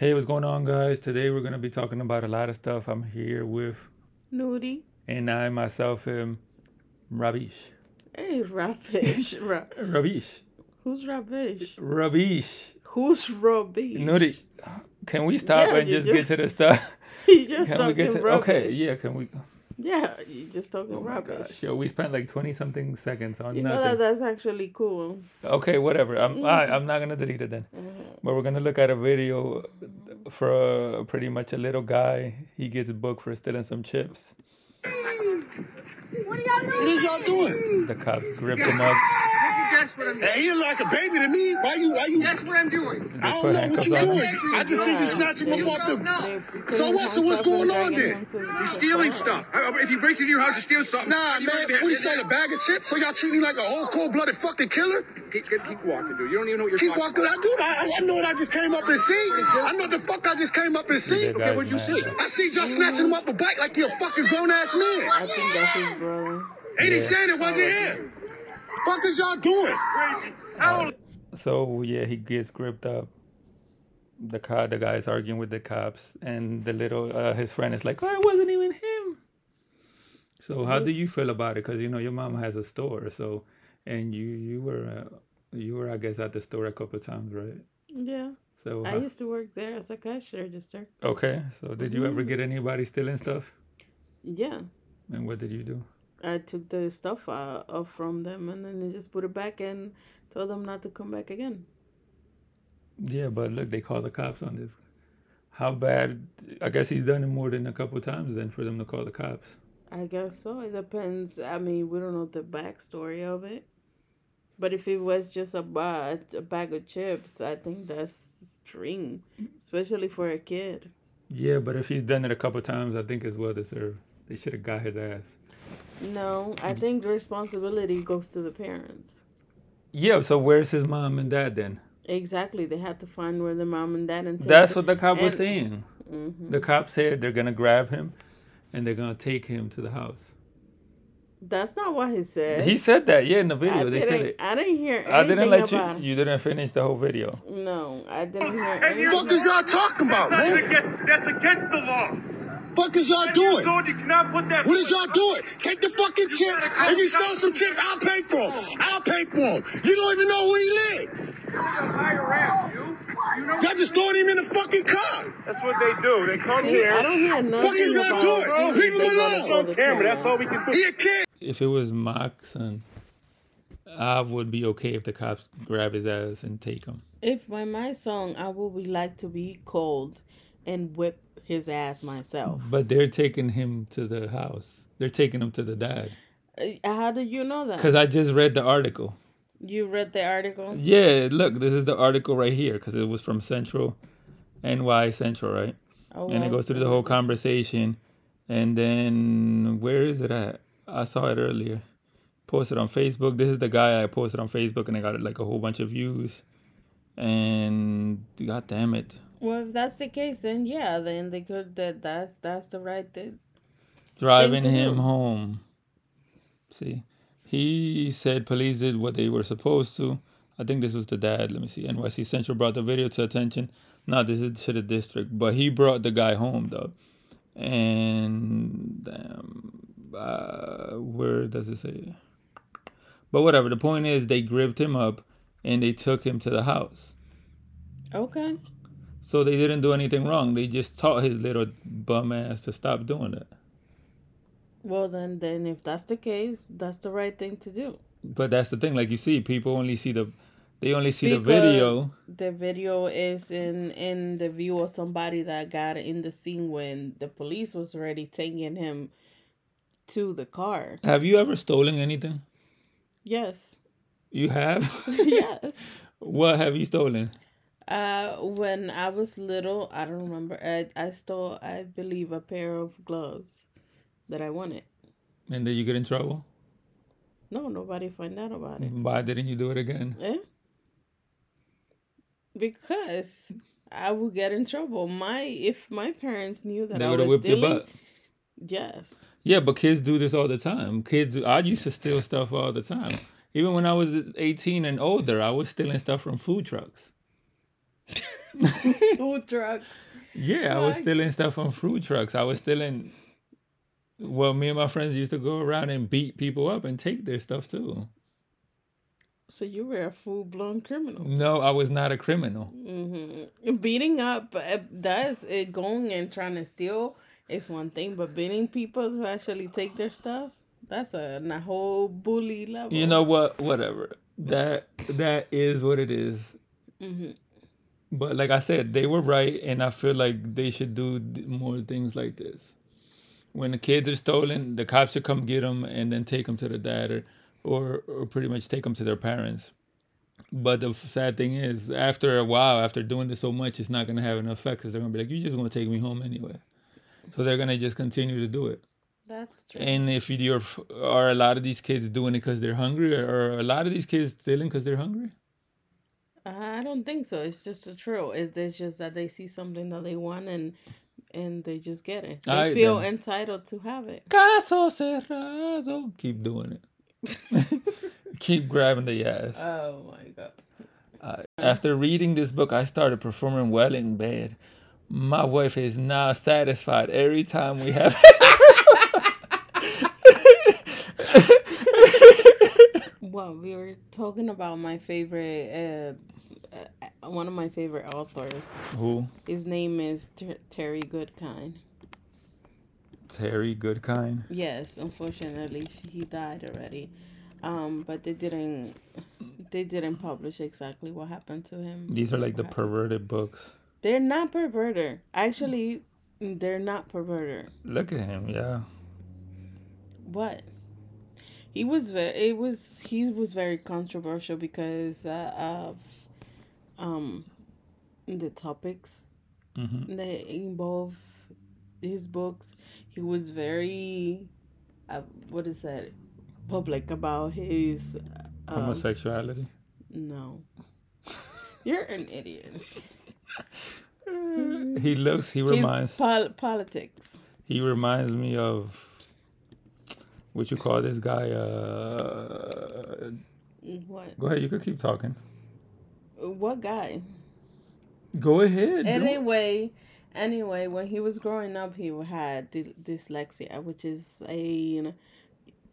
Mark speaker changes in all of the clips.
Speaker 1: is going on, guys? Today we're going to be talking about a lot of stuff. I'm here with,
Speaker 2: Nudie.
Speaker 1: and I myself am Rabish.
Speaker 2: Hey, rubbish. Ra-
Speaker 1: Rabish.
Speaker 2: Who's rubbish?
Speaker 1: Rabish.
Speaker 2: Who's rubbish?
Speaker 1: Nudie, can we stop
Speaker 2: Yeah,
Speaker 1: and
Speaker 2: you
Speaker 1: just,
Speaker 2: just-
Speaker 1: get to the stuff?
Speaker 2: you just
Speaker 1: Can we
Speaker 2: talking
Speaker 1: get to.
Speaker 2: rubbish.
Speaker 1: Okay, yeah, can we?
Speaker 2: Yeah, you just talking
Speaker 1: Oh my
Speaker 2: rubbish.
Speaker 1: gosh. Yo, we spent like 20 something seconds on
Speaker 2: You know
Speaker 1: nothing.
Speaker 2: that that's actually cool.
Speaker 1: Okay, whatever. I'm I, I'm not gonna delete it then. But we're gonna look at a video for uh, pretty much a little guy. He gets booked for stealing some chips.
Speaker 3: What is y'all doing?
Speaker 1: The cops gripped him up.
Speaker 4: That's what I'm doing.
Speaker 3: Hey, you're like a baby to me. Why you? Why you?
Speaker 4: That's what I'm doing.
Speaker 1: They
Speaker 3: I
Speaker 1: put
Speaker 3: don't know what
Speaker 1: handcuffs
Speaker 3: you
Speaker 1: on him.
Speaker 3: doing. I just see you snatching them off the.
Speaker 2: They
Speaker 4: No,
Speaker 2: put
Speaker 3: So
Speaker 2: him
Speaker 3: what- so what's
Speaker 2: handcuffed and
Speaker 3: going on
Speaker 2: dragging
Speaker 3: there?
Speaker 2: him to the
Speaker 4: stealing
Speaker 2: car.
Speaker 4: stuff. I- I- If he breaks into your house to steal something,
Speaker 3: Nah,
Speaker 4: you wanna
Speaker 3: man. What
Speaker 4: be-
Speaker 3: do you sell a bag of chips? So y'all treat me like a whole cold-blooded fucking killer?
Speaker 4: Keep, keep, keep walking, dude. You don't even know what you're
Speaker 3: Keep
Speaker 4: talking
Speaker 3: walking. I do. I, I- I know what I just came up and see. I know what the fuck I just came up and see.
Speaker 1: The guy's
Speaker 4: what'd you
Speaker 1: mad,
Speaker 4: see?
Speaker 1: yo.
Speaker 3: I see y'all snatching him up a bike like you're a fucking grown-ass man.
Speaker 2: I think that's his brother.
Speaker 3: Ain't he saying it wasn't him? Fuck is y'all doing?
Speaker 1: So yeah, he gets gripped up. The car, the guy's arguing with the cops, and the little uh, his friend is like, "Oh, it wasn't even him." So how do you feel about it? Because you know your mom has a store, so and you you were uh, you were I guess at the store a couple of times, right?
Speaker 2: Yeah.
Speaker 1: So
Speaker 2: I
Speaker 1: how-
Speaker 2: used to work there as a cash register.
Speaker 1: Okay, so did you ever get anybody stealing stuff?
Speaker 2: Yeah.
Speaker 1: And what did you do?
Speaker 2: I took the stuff uh, off from them and then they just put it back and told them not to come back again.
Speaker 1: Yeah, but look, they called the cops on this. How bad? I guess he's done it more than a couple times then for them to call the cops.
Speaker 2: I guess so. It depends. I mean, we don't know the backstory of it. But if it was just a, ba- a bag of chips, I think that's extreme, especially for a kid.
Speaker 1: Yeah, but if he's done it a couple times, I think it's well deserved. They should have got his ass.
Speaker 2: No,
Speaker 1: Mm-hmm.
Speaker 2: I think the responsibility goes to the parents.
Speaker 1: Yeah, so where's his mom and dad then?
Speaker 2: Exactly. They had to find where the mom and dad and take
Speaker 1: That's
Speaker 2: the-
Speaker 1: what the cop was
Speaker 2: and-
Speaker 1: saying. The cop said they're gonna grab him, and they're gonna take him to the house.
Speaker 2: That's not what he said.
Speaker 1: He said that, yeah, in the
Speaker 2: I
Speaker 1: video. They said
Speaker 2: didn't-
Speaker 1: it.
Speaker 2: I didn't hear anything
Speaker 1: I didn't let
Speaker 2: about
Speaker 1: you. You didn't finish the whole video.
Speaker 2: it. No, I didn't hear anything.
Speaker 3: Fuck is y'all talking about, man?
Speaker 5: That's against the law.
Speaker 3: Fuck is y'all doing?
Speaker 5: So you cannot put that.
Speaker 3: What is y'all doing? Take the fucking chips. If you stole some chips, I'll pay for them. I'll pay for them. You don't even know where he live. Y'all just throwing him in the fucking car.
Speaker 5: That's what they do. They come
Speaker 2: See, I
Speaker 5: here
Speaker 2: don't hear nothing.
Speaker 3: Fuck is y'all
Speaker 2: about
Speaker 3: doing?
Speaker 2: them.
Speaker 3: Leave 'em
Speaker 2: They gotta
Speaker 3: alone.
Speaker 2: go
Speaker 5: on
Speaker 2: to
Speaker 5: camera. That's
Speaker 2: court.
Speaker 5: all we can do.
Speaker 3: He a kid.
Speaker 1: If it was my son, I would be okay if the cops grab his ass and take him.
Speaker 2: If by my song, I would be like to be cold and whip his ass myself.
Speaker 1: But they're taking him to the house. They're taking him to the dad.
Speaker 2: Uh, How did you know that?
Speaker 1: Cause I just read the article.
Speaker 2: You read the article.
Speaker 1: Yeah, look, this is the article right here because it was from Central, NY Central, right?
Speaker 2: Oh,
Speaker 1: And it
Speaker 2: well,
Speaker 1: goes through the whole conversation. And then where is it at? I saw it earlier. Posted on Facebook. This is the guy I posted on Facebook, and I got like a whole bunch of views. And god damn it,
Speaker 2: Well, if that's the case, then yeah, then they could. That that's that's the right thing.
Speaker 1: driving
Speaker 2: to
Speaker 1: him
Speaker 2: do.
Speaker 1: home. See, he said police did what they were supposed to. I think this was the dad. Let me see. NYC Central brought the video to attention. No, this is to the district, but he brought the guy home though. And um, uh, where does it say? But whatever. The point is, they gripped him up and they took him to the house.
Speaker 2: Okay.
Speaker 1: So they didn't do anything wrong. They just taught his little bum ass to stop doing it.
Speaker 2: Well, then, then if that's the case, that's the right thing to do.
Speaker 1: But that's the thing. Like you see, people only see the, they only see the
Speaker 2: Because
Speaker 1: video.
Speaker 2: The video is in in the view of somebody that got in the scene when the police was already taking him to the car.
Speaker 1: Have you ever stolen anything?
Speaker 2: Yes.
Speaker 1: You have.
Speaker 2: yes.
Speaker 1: what have you stolen?
Speaker 2: Uh, when I was little, I don't remember. I, I stole, I believe, a pair of gloves that I wanted.
Speaker 1: And then you get in trouble.
Speaker 2: No, nobody find out about it.
Speaker 1: Why didn't you do it again?
Speaker 2: Eh? Because I would get in trouble. My if my parents knew that
Speaker 1: They
Speaker 2: I
Speaker 1: would have
Speaker 2: was
Speaker 1: whipped your
Speaker 2: stealing,
Speaker 1: butt.
Speaker 2: yes,
Speaker 1: Yeah, but kids do this all the time. Kids, I used to steal stuff all the time. Even when I was 18 and older, I was stealing stuff from food trucks.
Speaker 2: food trucks.
Speaker 1: Yeah, I was
Speaker 2: Like-
Speaker 1: stealing stuff from food trucks. I was stealing. Well, me and my friends used to go around and beat people up and take their stuff too.
Speaker 2: So you were a full blown criminal.
Speaker 1: No, I was not a criminal.
Speaker 2: Beating up uh, that's it. Going and trying to steal is one thing, but beating people to actually take their stuff that's a, a whole bully level.
Speaker 1: You know what? Whatever. That that is what it is. But like I said, they were right, and I feel like they should do th- more things like this. When the kids are stolen, the cops should come get them and then take them to the dad or, or, or pretty much take them to their parents. But the f- sad thing is, after a while, after doing this so much, it's not going to have an effect because they're going to be like, you're just going to take me home anyway. So they're going to just continue to do it.
Speaker 2: that's true.
Speaker 1: And if you're, are a lot of these kids doing it because they're hungry, or are a lot of these kids stealing because they're hungry?
Speaker 2: I don't think so. It's just a thrill. Is this just that they see something that they want and and they just get it? They
Speaker 1: Alright
Speaker 2: feel
Speaker 1: then.
Speaker 2: entitled to have it.
Speaker 1: Caso cerrado. Keep doing it. Keep grabbing the ass.
Speaker 2: Oh my god.
Speaker 1: I- after reading this book, I started performing well in bed. My wife is now satisfied every time we have.
Speaker 2: Well, we were talking about my favorite, uh, uh, one of my favorite authors.
Speaker 1: Who?
Speaker 2: His name is Ter- Terry Goodkind.
Speaker 1: Terry Goodkind.
Speaker 2: Yes, unfortunately, she, he died already. Um, but they didn't, they didn't publish exactly what happened to him.
Speaker 1: These are like the perverted books.
Speaker 2: They're not perverter. Actually, they're not perverter.
Speaker 1: Look at him, yeah.
Speaker 2: What? He was very. It was he was very controversial because uh, of um the topics that involve his books. He was very uh, what is that public about his uh,
Speaker 1: Homosexuality.
Speaker 2: no. You're an idiot.
Speaker 1: He looks. He
Speaker 2: His
Speaker 1: reminds.
Speaker 2: pol- politics.
Speaker 1: He reminds me of what you call this guy. Uh,
Speaker 2: What?
Speaker 1: go ahead, you could keep talking.
Speaker 2: What guy?
Speaker 1: Go ahead. do it.
Speaker 2: anyway anyway when he was growing up he had d- dyslexia which is a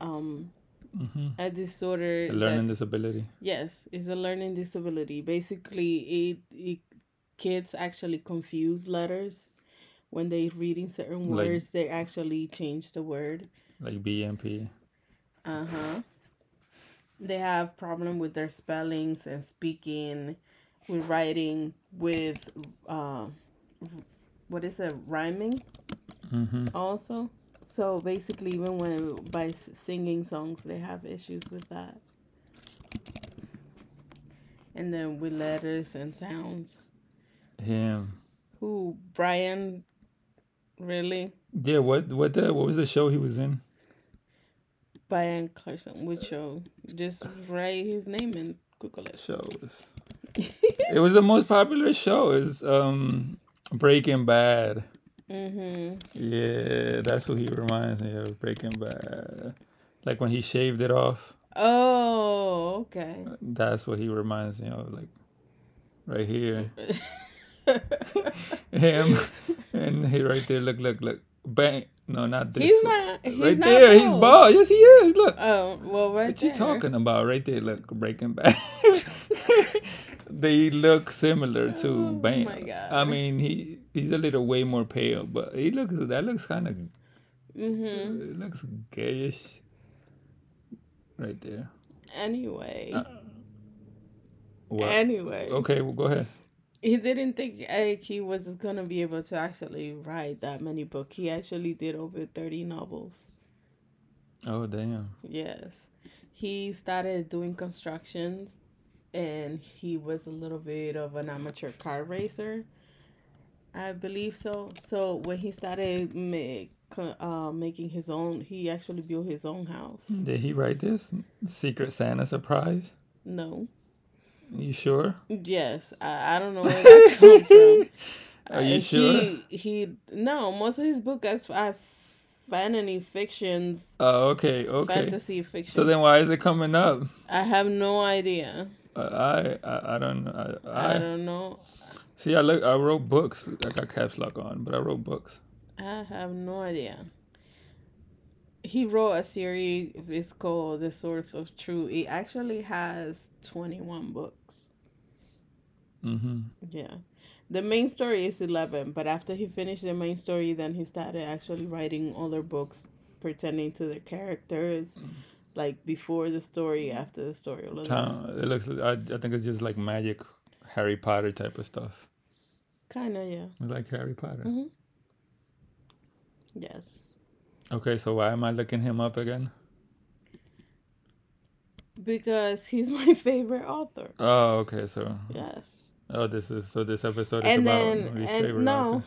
Speaker 2: um a disorder
Speaker 1: Mm-hmm. A learning
Speaker 2: that-
Speaker 1: disability.
Speaker 2: yes is a learning disability basically it, it kids actually confuse letters when they reading certain
Speaker 1: Like-
Speaker 2: words they actually change the word
Speaker 1: Like BMP.
Speaker 2: uh-huh they have problem with their spellings and speaking with writing with uh, what is it rhyming also so basically even when by s- singing songs they have issues with that and then with letters and sounds
Speaker 1: Him.
Speaker 2: who brian really
Speaker 1: Yeah. What? What? The, what was the show he was in?
Speaker 2: brian clarkson which show just write his name and google it
Speaker 1: Shows. it was the most popular show. Is um Breaking Bad. Yeah, that's what he reminds me of. Breaking Bad. Like when he shaved it off.
Speaker 2: Oh, okay.
Speaker 1: That's what he reminds me of, like right here. Him and he right there. Look, look, look. Bang. No, not this.
Speaker 2: He's
Speaker 1: one.
Speaker 2: not. He's
Speaker 1: right
Speaker 2: not
Speaker 1: there. He's
Speaker 2: bald.
Speaker 1: bald. Yes, he is. Look.
Speaker 2: Oh, well, right
Speaker 1: what
Speaker 2: there.
Speaker 1: you talking about? Right there. Look, Breaking Bad. they look similar to Bam.
Speaker 2: Oh my God.
Speaker 1: I mean, he he's a little way more pale, but he looks that looks kind of. Mm-hmm. It looks gayish. Right there.
Speaker 2: Anyway,
Speaker 1: What?
Speaker 2: anyway,
Speaker 1: Uh, okay, well, go ahead.
Speaker 2: he didn't think like, he was gonna be able to actually write that many books. He actually did over thirty novels.
Speaker 1: Oh damn.
Speaker 2: Yes, he started doing constructions, and he was a little bit of an amateur car racer. I believe so. So when he started make, uh, making his own, he actually built his own house.
Speaker 1: Did he write this? Secret Santa surprise?
Speaker 2: No.
Speaker 1: You sure?
Speaker 2: Yes, I, I don't know where that come from.
Speaker 1: Are you
Speaker 2: Uh,
Speaker 1: sure?
Speaker 2: He, he no. Most of his book is uh, fantasy fictions,
Speaker 1: Oh, okay, okay.
Speaker 2: fantasy fiction.
Speaker 1: So then, why is it coming up?
Speaker 2: I have no idea.
Speaker 1: Uh, I, I, I don't know. I, I,
Speaker 2: I don't know.
Speaker 1: See, I look, I wrote books. I got caps lock on, but I wrote books.
Speaker 2: I have no idea. He wrote a series. It's called The Source of Truth. It actually has 21 books.
Speaker 1: Mm-hmm.
Speaker 2: Yeah. The main story is 11, but after he finished the main story, then he started actually writing other books pertaining to the characters, like before the story, after the story. all of that.
Speaker 1: Town. It looks. I, I think it's just like magic, Harry Potter type of stuff.
Speaker 2: Kinda, yeah.
Speaker 1: It's like Harry Potter.
Speaker 2: Mm-hmm. Yes.
Speaker 1: Okay, so why am I looking him up again?
Speaker 2: Because he's my favorite author.
Speaker 1: Oh, okay. So
Speaker 2: Yes.
Speaker 1: oh, this is so this episode is
Speaker 2: And
Speaker 1: about
Speaker 2: then-
Speaker 1: your
Speaker 2: and
Speaker 1: favorite
Speaker 2: no.
Speaker 1: author.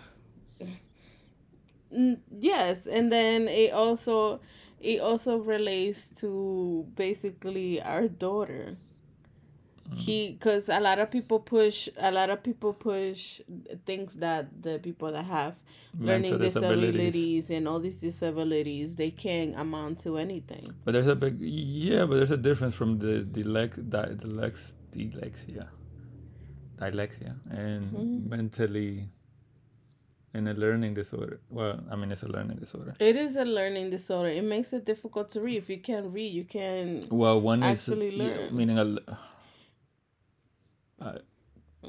Speaker 2: N- yes and then it also it also relates to basically our daughter he because a lot of people push a lot of people push things that the people that have learning
Speaker 1: Mental
Speaker 2: disabilities.
Speaker 1: disabilities.
Speaker 2: and all these disabilities they can't amount to anything
Speaker 1: But there's a big yeah, but there's a difference from the dilex di, dilex dyslexia, dyslexia, and
Speaker 2: Hmm.
Speaker 1: mentally, and a learning disorder. Well, I mean it's a learning disorder.
Speaker 2: it is a learning disorder it makes it difficult to read if you can't read you can
Speaker 1: Well, one
Speaker 2: Actually
Speaker 1: is yeah,
Speaker 2: learn.
Speaker 1: meaning a. l- uh, I-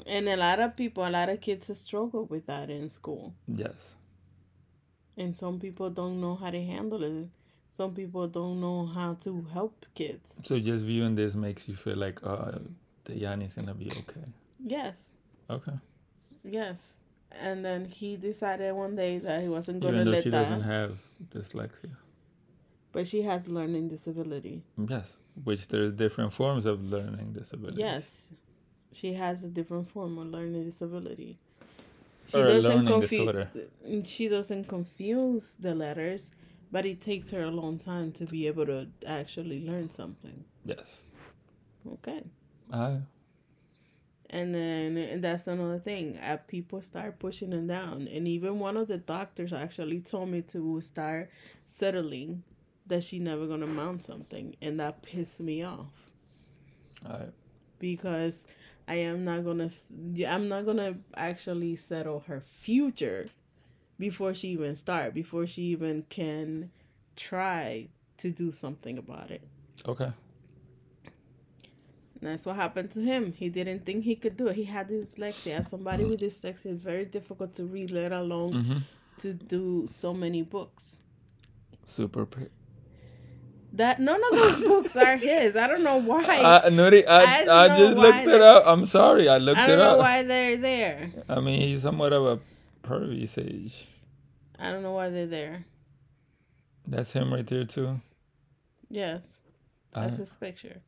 Speaker 2: and a lot of people a lot of kids struggle with that in school
Speaker 1: yes,
Speaker 2: and some people don't know how to handle it. Some people don't know how to help kids.
Speaker 1: so just viewing this makes you feel like uh, the Yanni's gonna be okay.
Speaker 2: Yes,
Speaker 1: Okay,
Speaker 2: yes. And then he decided one day that he wasn't going
Speaker 1: even
Speaker 2: to
Speaker 1: though
Speaker 2: let
Speaker 1: she doesn't
Speaker 2: that,
Speaker 1: have dyslexia.
Speaker 2: but she has learning disability.
Speaker 1: Yes, which there's different forms of learning disability.
Speaker 2: Yes, she has a different form of learning disability. She
Speaker 1: Or a
Speaker 2: doesn't
Speaker 1: learning
Speaker 2: confuse.
Speaker 1: disorder.
Speaker 2: She doesn't confuse the letters, but it takes her a long time to be able to actually learn something.
Speaker 1: Yes.
Speaker 2: Okay.
Speaker 1: I
Speaker 2: And then and that's another thing. Uh, people start pushing them down. And even one of the doctors actually told me to start settling that she never gonna mount something. And that pissed me off
Speaker 1: I
Speaker 2: because I am not gonna s- I'm not gonna actually settle her future before she even start, before she even can try to do something about it.
Speaker 1: okay.
Speaker 2: And That's what happened to him. He didn't think he could do it. He had dyslexia. As somebody with dyslexia, it's very difficult to read, let alone
Speaker 1: Mm-hmm.
Speaker 2: to do so many books.
Speaker 1: Super. Pre-
Speaker 2: That none of those books are his. I don't know why.
Speaker 1: I, Nuri,
Speaker 2: I
Speaker 1: I,
Speaker 2: don't
Speaker 1: I,
Speaker 2: know
Speaker 1: just
Speaker 2: why
Speaker 1: looked
Speaker 2: they-
Speaker 1: it up. I'm sorry, I looked
Speaker 2: I don't
Speaker 1: it
Speaker 2: know
Speaker 1: up.
Speaker 2: why they're there.
Speaker 1: I mean, he's somewhat of a pervy sage.
Speaker 2: I don't know why they're there.
Speaker 1: That's him right there too.
Speaker 2: Yes,
Speaker 1: I,
Speaker 2: that's his mm-hmm. picture.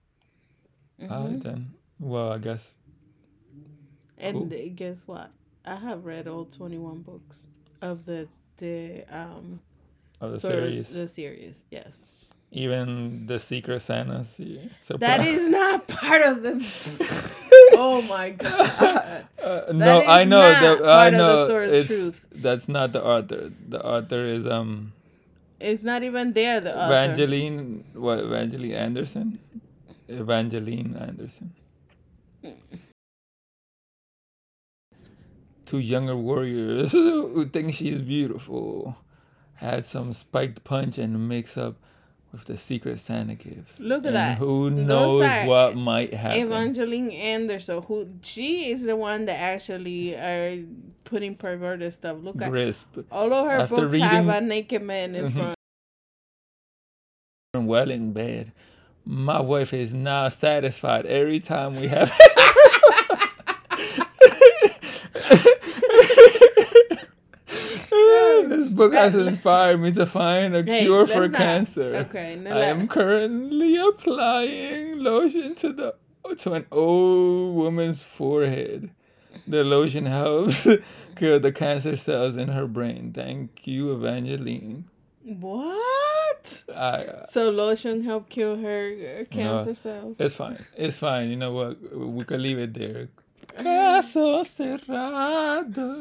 Speaker 1: I then. Well, I guess
Speaker 2: And
Speaker 1: Cool.
Speaker 2: guess what? I have read all twenty-one books of the the um
Speaker 1: of the
Speaker 2: sort of
Speaker 1: series,
Speaker 2: the series. Yes,
Speaker 1: even the Secret Santa. See,
Speaker 2: that
Speaker 1: surprise.
Speaker 2: is not part of the. oh my god.
Speaker 1: Uh, no,
Speaker 2: is
Speaker 1: I know.
Speaker 2: not
Speaker 1: The, I
Speaker 2: part of the
Speaker 1: know.
Speaker 2: source
Speaker 1: it's,
Speaker 2: truth.
Speaker 1: That's not the author. The author is um
Speaker 2: It's not even there. The author.
Speaker 1: Evangeline. What Evangeline Anderson? Evangeline Anderson. Two younger warriors who think she's beautiful had some spiked punch and mix up with the secret Santa gifts.
Speaker 2: Look at
Speaker 1: And
Speaker 2: that.
Speaker 1: Who
Speaker 2: Those
Speaker 1: knows
Speaker 2: are
Speaker 1: what might happen?
Speaker 2: Evangeline Anderson, who she is the one that actually are putting perverted stuff. Look at
Speaker 1: Grisp
Speaker 2: all of her
Speaker 1: After
Speaker 2: books have a
Speaker 1: reading- Mm-hmm.
Speaker 2: naked man in front.
Speaker 1: well in bed. My wife is not satisfied every time we have. this book has inspired me to find a
Speaker 2: Hey,
Speaker 1: cure
Speaker 2: let's
Speaker 1: for
Speaker 2: not-
Speaker 1: cancer.
Speaker 2: okay, no,
Speaker 1: I
Speaker 2: let-
Speaker 1: am currently applying lotion to the to an old woman's forehead. The lotion helps kill the cancer cells in her brain. Thank you, Evangeline.
Speaker 2: What?
Speaker 1: I,
Speaker 2: So lotion helped kill her uh, cancer cells.
Speaker 1: It's fine. It's fine. You know what? We could leave it there. Caso cerrado.